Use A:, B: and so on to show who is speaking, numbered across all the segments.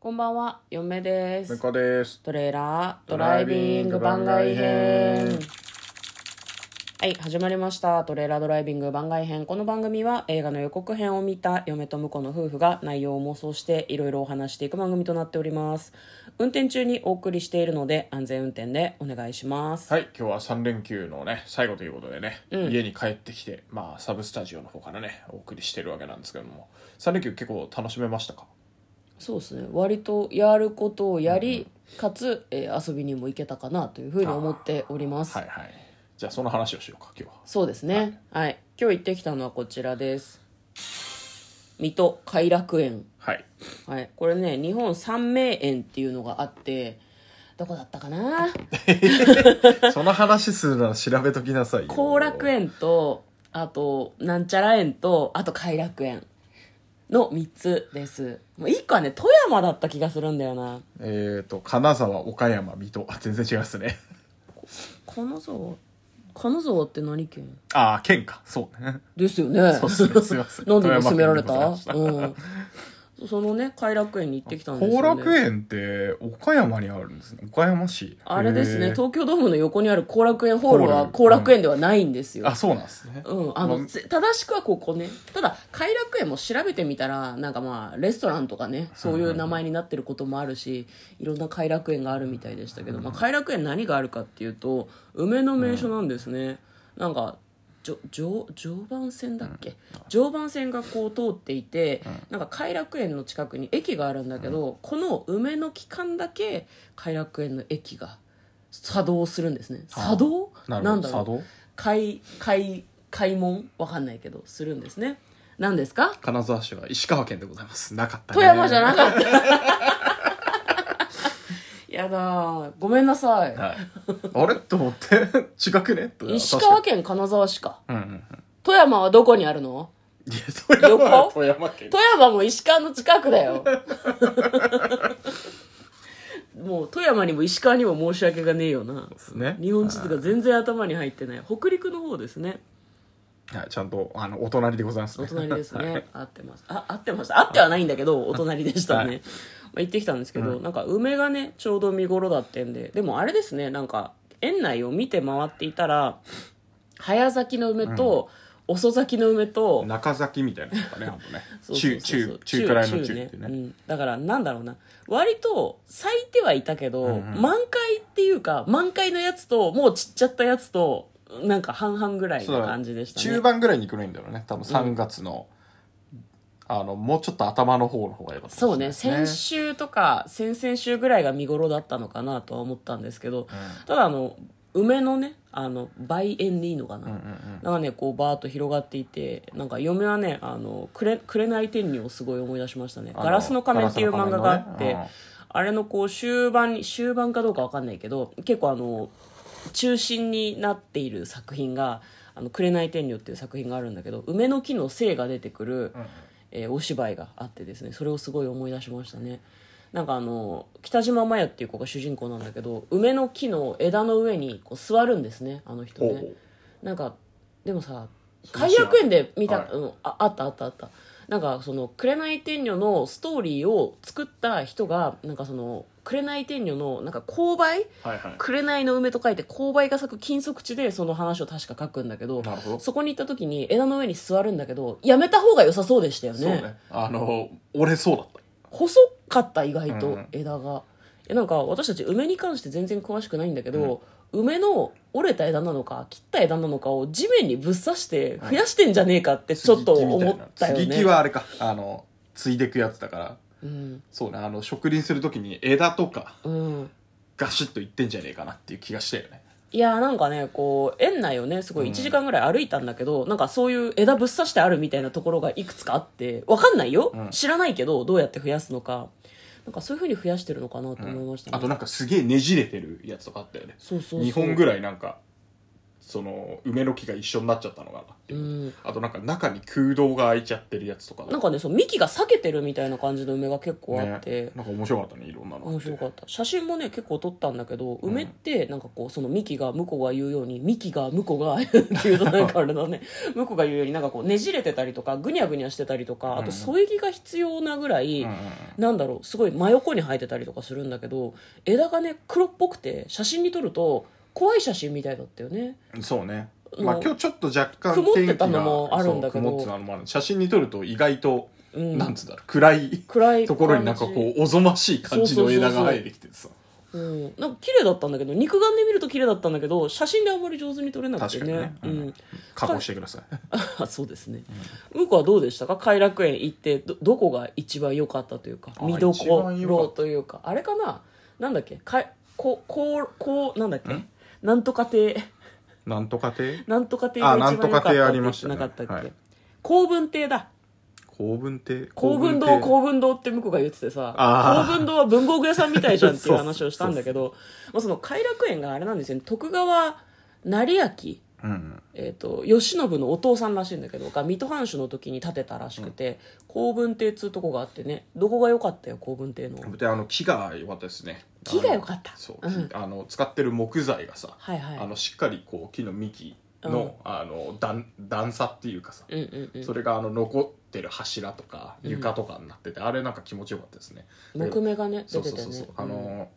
A: こんばんは、嫁で
B: ム
A: す。
B: カです
A: トレーラードライビング番外編。はい、始まりました。トレーラードライビング番外編。この番組は映画の予告編を見た嫁と婿の夫婦が内容を妄想していろいろお話していく番組となっております。運転中にお送りしているので安全運転でお願いします。
B: はい今日は3連休のね最後ということでね、家に帰ってきてまあサブスタジオの方からねお送りしてるわけなんですけども3連休結構楽しめましたか
A: そうですね。割とやることをやり、かつ、えー遊びにも行けたかなというふうに思っております。
B: はいはいじゃあその話をしようか今日は
A: そうですね。はい、今日行ってきたのはこちらです。水戸偕楽園。
B: はい
A: はい、これね、日本三名園っていうのがあって。どこだったかな。
B: その話するなら調べときなさいよ
A: 後楽園と、あと、なんちゃら園と、あと偕楽園。の三つです。もう一個はね、富山だった気がするんだよな。
B: えっ、と金沢岡山水戸あ全然違いますね
A: 金沢。金沢って何県。
B: ああ県かそうね
A: ですよね。
B: そうっすねすいません
A: なんで今責められた。
B: 富
A: う
B: 山県でござい
A: ん。そのね、偕楽園に行ってきたんですよ、ね。
B: 後楽園って岡山にあるんですね岡山市
A: あれです
B: へ
A: ね、
B: ー
A: 東京ドームの横にある後楽園ホールは
B: ホー
A: 後
B: ル
A: 楽園ではないんですよ
B: あ。そうなんですね
A: うん、あ
B: ま
A: の、ぜ正しくはここね。ただ、偕楽園も調べてみたら、なんかまあ、レストランとかね、そういう名前になってることもあるし、いろんな偕楽園があるみたいでしたけど、まあ、偕楽園何があるかっていうと、梅の名所なんですね。なんか、じょ常常磐線だっけ、常磐線がこう通っていて、なんか偕楽園の近くに駅があるんだけど、この梅の期間だけ偕楽園の駅が作動するんですね作動
B: な
A: な
B: るほ
A: ん
B: ど
A: だろ
B: 佐
A: う
B: 渡
A: 開開開門わかんないけどするんですね何ですか
B: 金沢市は石川県でございますなかったね
A: 富山じゃな かったやだーごめんなさい
B: はい、あれと思って 違くねと
A: 石川
B: 確
A: 県金沢市か
B: かにうんうん
A: 富山はどこにあるの
B: うんいや富山は
A: 横
B: 富山県
A: 富山も石川の近くだ よもう富山にも石川にも申し訳がねえよな
B: ですね
A: 日本地図が全然頭に入ってない北陸の方ですね
B: はいちゃんとあのお隣でございますね
A: お隣です
B: はい
A: ね合ってますあ合ってました合ってはないんだけ どお隣でしたね、
B: はい
A: まあ、行ってきたんですけど、なんか梅がねちょうど見頃だってんででもあれですねなんか園内を見て回っていたら早咲きの梅と、遅咲きの梅と
B: 中崎みたいなのがねあとね
A: そうそうそう
B: 中
A: そう
B: 中中くらいの中ってね
A: うん、だからなんだろうな割と咲いてはいたけど、
B: うんうん
A: 満開っていうか満開のやつともう散っちゃったやつとなんか半々ぐらい
B: そう
A: の
B: だ
A: 感じでしたね
B: 中盤ぐらいに行くのいいんだろうね多分3月の、あのもうちょっと頭の方の方が良かったか
A: そ
B: も
A: う
B: しれな
A: ね
B: いですね
A: 先週とか先々週ぐらいが見頃だったのかなとは思ったんですけど、ただあの梅のねあの梅園でいいのかな、
B: うんうんうん
A: なんかねこうバーッと広がっていてなんか嫁はね「あのくれ紅天女」をすごい思い出しましたね「
B: あの
A: ガラスの仮面」っていう漫画があって、
B: ガラスの仮面のね
A: あれのこう終盤に終盤かどうかわかんないけど結構あの中心になっている作品が「あの紅天女」っていう作品があるんだけど梅の木の精が出てくる、えーお芝居があってですねそれをすごい思い出しましたねなんかあの北島麻也っていう子が主人公なんだけど梅の木の枝の上にこう座るんですねあの人
B: ほう
A: ね
B: ほう
A: なんかでもさ
B: それ
A: 偕
B: 知らん
A: 楽園で見た、
B: はい
A: うん、ああったあったあったなんかその「紅天女」のストーリーを作った人がなんかその「紅天女」のなんか勾配
B: はいはい
A: 紅の梅と書いて勾配が咲く金属地でその話を確か書くんだけど
B: なるほど
A: そこに行った時に枝の上に座るんだけどやめた方が良さそうでしたよ
B: そうねあの俺そうだった
A: 細かった意外
B: うんう
A: と
B: ん
A: 枝が、いやなんか私たち梅に関して全然詳しくないんだけど、梅の折れた枝なのか切った枝なのかを地面にぶっ刺して増やしてんじゃねえかってちょっと思ったよ
B: 接ぎ木みいな接ぎ
A: ね
B: 木はあれかあの継いでくやつだから
A: うん、
B: そうねあの植林するときに枝とか
A: うん、
B: ガシッといってんじゃねえかなっていう気がしたよね
A: いやーなんかねこう園内をねすごい1時間ぐらい歩いたんだけど、なんかそういう枝ぶっ刺してあるみたいなところがいくつかあってわかんないよ、
B: うん
A: 知らないけどどうやって増やすのかなんかそういうふうに増やしてるのかなと思いましたね、
B: あとなんかすげえねじれてるやつとかあったよね
A: そうそうそう
B: 2本ぐらいなんかその梅の木が一緒になっちゃったのかなっていう
A: うん
B: あとなんか中に空洞が開いちゃってるやつとか
A: なんかねその幹が裂けてるみたいな感じの梅が結構あって、
B: ね、なんか面白かったねいろんなの
A: 面白かった写真もね結構撮ったんだけど梅ってなんかこうその幹が向こうが言うように幹が向こうがっていうとなんかあれだね 向こうが言うようになんかこうねじれてたりとかぐにゃぐにゃしてたりとかあと添え木が必要なぐらい、
B: うんうんうん
A: なんだろうすごい真横に生えてたりとかするんだけど枝がね黒っぽくて写真に撮ると怖い写真みたいだったよね
B: そうね。
A: あの
B: まあ今日ちょっと若干
A: 曇って
B: 天気
A: た
B: が
A: のもあるんだけど
B: そう曇ってたのもある写真に撮ると意外と、
A: うん
B: なんつうんだろう、暗い
A: 暗い
B: ところになんかこう、おぞましい感じの枝が生えてきてさ。
A: う、うん、なんか綺麗だったんだけど肉眼で見ると綺麗だったんだけど写真であんまり上手に撮れなくて
B: 確か
A: ね
B: にね。う
A: うんん、
B: 加工してください。
A: あそうですね、向こうはどうでしたか偕楽園行ってどどこが一番良かったというか
B: あ
A: 見どころというかあれかななんだっけかいここうこうなんだっけ
B: ん
A: なんとか亭
B: なんとか亭
A: なんとか亭が一番良かったって
B: あなんとか亭あり
A: 言
B: ま
A: っ
B: してたね
A: なかったっけ、
B: はい
A: 公文亭だ
B: 公文亭
A: 公文堂
B: 公亭
A: 公文堂って向こうが言っててさ
B: あー
A: 公文堂は文房具屋さんみたいじゃんっていう
B: そうそう
A: 話をしたんだけどまあその偕楽園があれなんですよね徳川成明
B: うん。
A: えー、と慶喜のお父さんらしいんだけどが水戸藩主の時に建てたらしくて、公文亭っつうとこがあってねどこが良かったよ公文亭の
B: で、あの、木が良かったですね。
A: 木が良かった
B: あのそうう。木あの、使ってる木材がさ、
A: はいはい
B: あの、しっかりこう、木の幹の、あの、段段差っていうかさ、
A: うんうんうん
B: それがあの残ってる柱とか床とかになってて、あれなんか気持ちよかったですね
A: 木目がね
B: そ
A: 出
B: うそ
A: て
B: う
A: て
B: そうそう
A: ね
B: あ
A: うん
B: の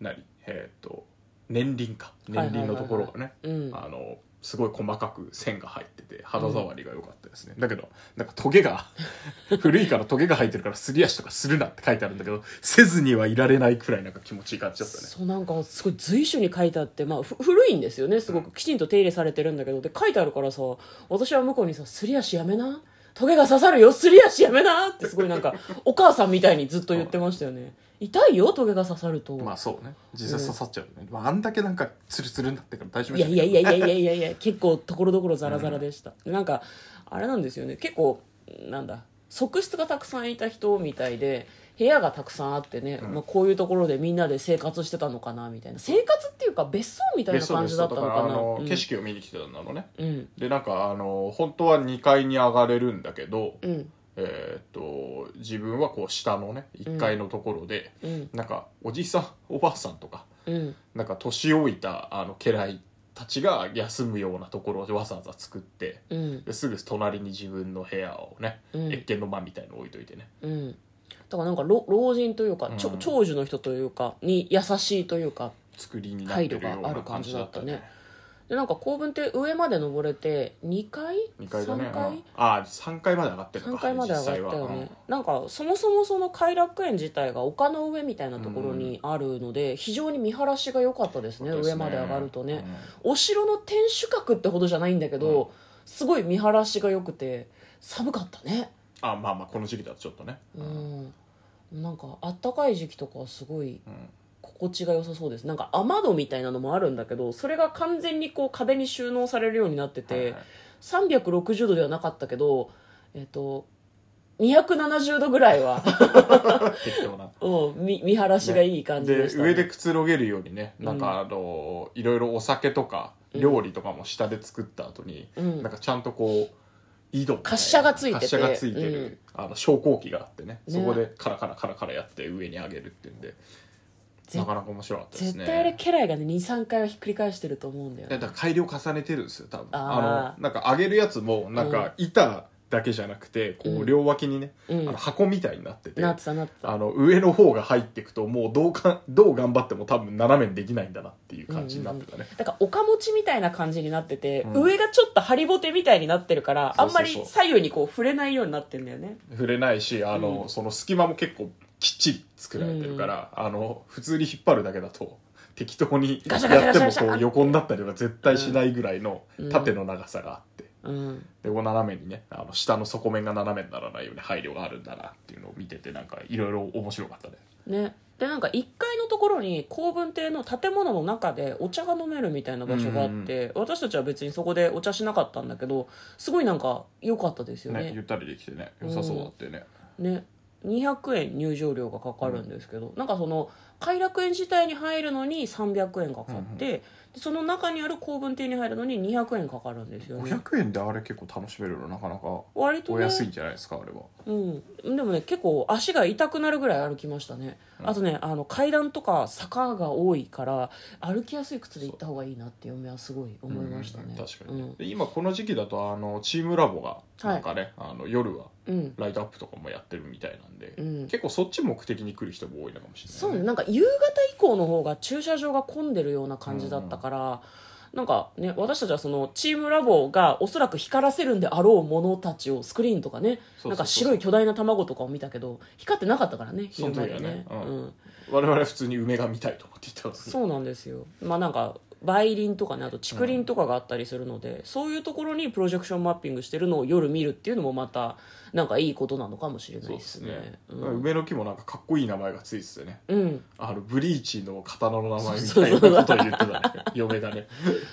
B: ー何えーっと年輪か
A: はいは
B: 年
A: いはいはい
B: 輪のところがね
A: うん
B: あのすごい細かく線が入ってて肌触りが良かったですね、だけどなんかトゲが 古いからトゲが入ってるからすり足とかするなって書いてあるんだけどせずにはいられないくらいなんか気持ちいい感じだったね
A: そうなんかすごい随所に書いてあって、まあ、ふ古いんですよねすごくきちんと手入れされてるんだけどで書いてあるからさ私は向こうにさ「すり足やめな」「トゲが刺さるよすり足やめな」ってすごいなん かお母さんみたいにずっと言ってましたよね痛いよトゲが刺さると、
B: まあそうね実際刺さっちゃうよね、まあ、あんだけなんかツルツルになってから大丈夫
A: いやいやいやいやいや いやいや結構ところどころザラザラでした、でなんかあれなんですよね結構なんだ側室がたくさんいた人みたいで部屋がたくさんあってね、まあ、こういうところでみんなで生活してたのかなみたいな生活っていうか別荘みたいな
B: 別荘
A: 感
B: で
A: じ
B: す
A: だったのか
B: だから
A: な
B: あの
A: うん
B: 景色を見に来てたんだろうね、
A: うん
B: でなんかあの本当は2階に上がれるんだけど、
A: うん
B: えーっと自分はこう下のね1階のところで、
A: うん
B: なんかおじさんおばあさんとか
A: うん
B: なんか年老いたあの家来たちが休むようなところをわざわざ作って
A: うん
B: ですぐ隣に自分の部屋をね、
A: うん
B: 越見の間みたいの置いといてね
A: うんだからなんか老老人というか、ちょ
B: うん
A: 長寿の人というかに優しいというか
B: 作りになってるよう
A: 配慮があ
B: な
A: る感
B: 感
A: じ
B: じ
A: だ
B: だ
A: っ
B: ったた
A: ね
B: ね
A: でなんか公文って上まで登れて2階
B: 2階だね
A: 3階、
B: うんああ3階まで上がってるの
A: 3
B: か
A: 階まで上がったよね、なんかそもそもその偕楽園自体が丘の上みたいなところにあるので、非常に見晴らしが良かったですね上まで上がるとね、、お城の天守閣ってほどじゃないんだけど、
B: う
A: すごい見晴らしが良くて寒かったね
B: ああまあまあこの時期だとちょっとね、
A: うん、なんかあったかい時期とかはすごい
B: うん
A: 心地が良さそうですなんか雨戸みたいなのもあるんだけどそれが完全にこう壁に収納されるようになってて、
B: はいはい
A: 360度ではなかったけどえっ、と270度ぐらいは、
B: 適当な
A: うん、見見晴らしがいい感じでしたね、
B: 上でくつろげるようにねなんかあの、いろいろお酒とか料理とかも下で作った後に、
A: うん
B: なんかちゃんとこう井戸みたいな
A: 滑車がついてて
B: 滑車がついて
A: う
B: る、あの昇降機があってね
A: ね
B: そこでカラカラカラカラやって上に上げるっていうんで
A: ぜ
B: なかなか面白かったですね
A: 絶対あれ家来がね23回はひっくり返してると思うんだよ
B: だ
A: ね
B: から改良重ねてるんですよ多分
A: あー
B: あのなんか上げるやつもなんか板だけじゃなくて、こ
A: うん
B: う両脇にね、
A: うん
B: あの箱みたいになってて
A: なってたなってた
B: あの上の方が入っていくともうどうか どう頑張っても多分斜めにできないんだなっていう感じになってたね、
A: だからおかもちみたいな感じになってて、
B: うん
A: 上がちょっとハリボテみたいになってるから
B: そ
A: あ
B: うんそ
A: ま
B: うそう
A: り左右にこう触れないようになってんだよね
B: 触れないしあの、
A: うん
B: その隙間も結構きっちり作られてるから、あの普通に引っ張るだけだと適当に
A: ガシャガシャガ
B: やっ
A: シ
B: て
A: ャガ
B: も
A: シャ
B: こう横になったりは絶対しないぐらいの縦の長さがあって、
A: うん
B: でこう斜めにねあの下の底面が斜めにならないように配慮があるんだなっていうのを見ててなんかいろいろ面白かったね
A: ねでなんか1階のところに公文亭の建物の中でお茶が飲めるみたいな場所があって、私たちは別にそこでお茶しなかったんだけどすごいなんか良かったですよ
B: ね
A: ね
B: ゆったりできてね良さそうだってね、
A: ね200円入場料がかかるんですけど、なんかその偕楽園自体に入るのに300円がかかって、でその中にある公文亭に入るのに200円かかるんですよね
B: 500円であれ結構楽しめるのなかなか
A: 割と
B: お
A: ね
B: 安いんじゃないですかあれは
A: うん、でもね結構足が痛くなるぐらい歩きましたね、あとねあの階段とか坂が多いから歩きやすい靴で行った方がいいなって嫁はすごい思いましたね、
B: う
A: うんん、
B: 確かに、で今この時期だとあのチームラボがなんかね、あの夜は
A: うん、
B: ライトアップとかもやってるみたいなんで、
A: うん
B: 結構そっち目的に来る人も多いのかもしれない、ね、
A: そうねなんか夕方以降の方が駐車場が混んでるような感じだったから、なんかね、私たちはそのチームラボがおそらく光らせるんであろうものたちをスクリーンとかね
B: そうそうそう
A: なんか白い巨大な卵とかを見たけど光ってなかったからね昼間に
B: その時はねうん
A: うん、
B: 我々は普通に梅が見たいと思って行ったんですけど
A: そうなんですよまあなんか梅林とかねあと竹林とかがあったりするので、そういうところにプロジェクションマッピングしてるのを夜見るっていうのもまたなんかいいことなのかもしれない
B: そう
A: で
B: です
A: す
B: ね
A: ね
B: 梅の木もなんかかっこいい名前がついててね
A: うん、うん、
B: あのブリーチの刀の名前みたいなことを言ってたね嫁がね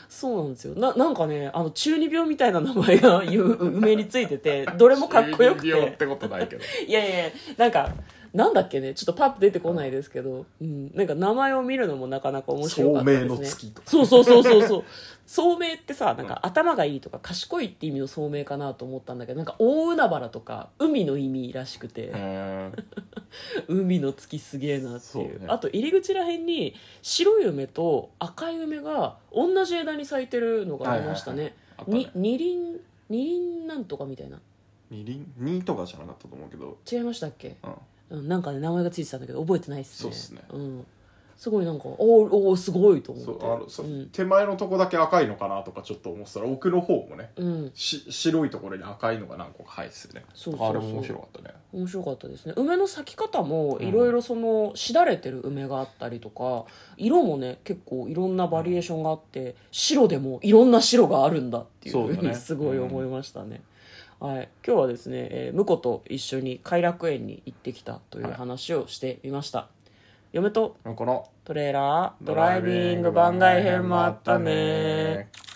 A: そうなんですよななんかねあの中二病みたいな名前が ゆ梅についててどれもかっこよく
B: 中二病っててことないけど
A: いやいやいやなんかなんだっけねちょっとパッと出てこないですけど、うん、なんか名前を見るのもなかなか面白かったですね
B: 聡明の月とか
A: そうそうそうそう そう聡明ってさなんか頭がいいとか賢いって意味の聡明かなと思ったんだけどなんか大海原とか海の意味らしくて、
B: へ
A: 海の月すげえなって
B: そう
A: いう
B: ね
A: あと入り口らへんに白い梅と赤い梅が同じ枝に咲いてるのがありましたね,、
B: はいはいはいあった
A: に二輪二輪なんとかみたいな
B: 二輪二とかじゃなかったと思うけど、
A: 違いましたっけ、
B: うん、
A: うん、なんかね名前がついてたんだけど覚えてないっすね
B: そうっすね
A: ん、すごいなんかおーおーすごいと思って
B: そうあのそう
A: うん
B: 手前のとこだけ赤いのかなとかちょっと思ってたら奥の方もね
A: うん、
B: し白いところに赤いのが何個か入っててね
A: そうそうそう
B: あれも面白かったね
A: 面白かったですね梅の咲き方もいろいろそのしだれてる梅があったりとか色もね結構いろんなバリエーションがあって白でもいろんな白があるんだっていう
B: そう
A: ふう
B: だね
A: にすごい思いましたね、はい、今日はですね、えー、婿と一緒に偕楽園に行ってきたという話をしてみました、嫁と
B: この
A: トレーラードライビング番外編もあったね
B: ドライビング番外編もあったね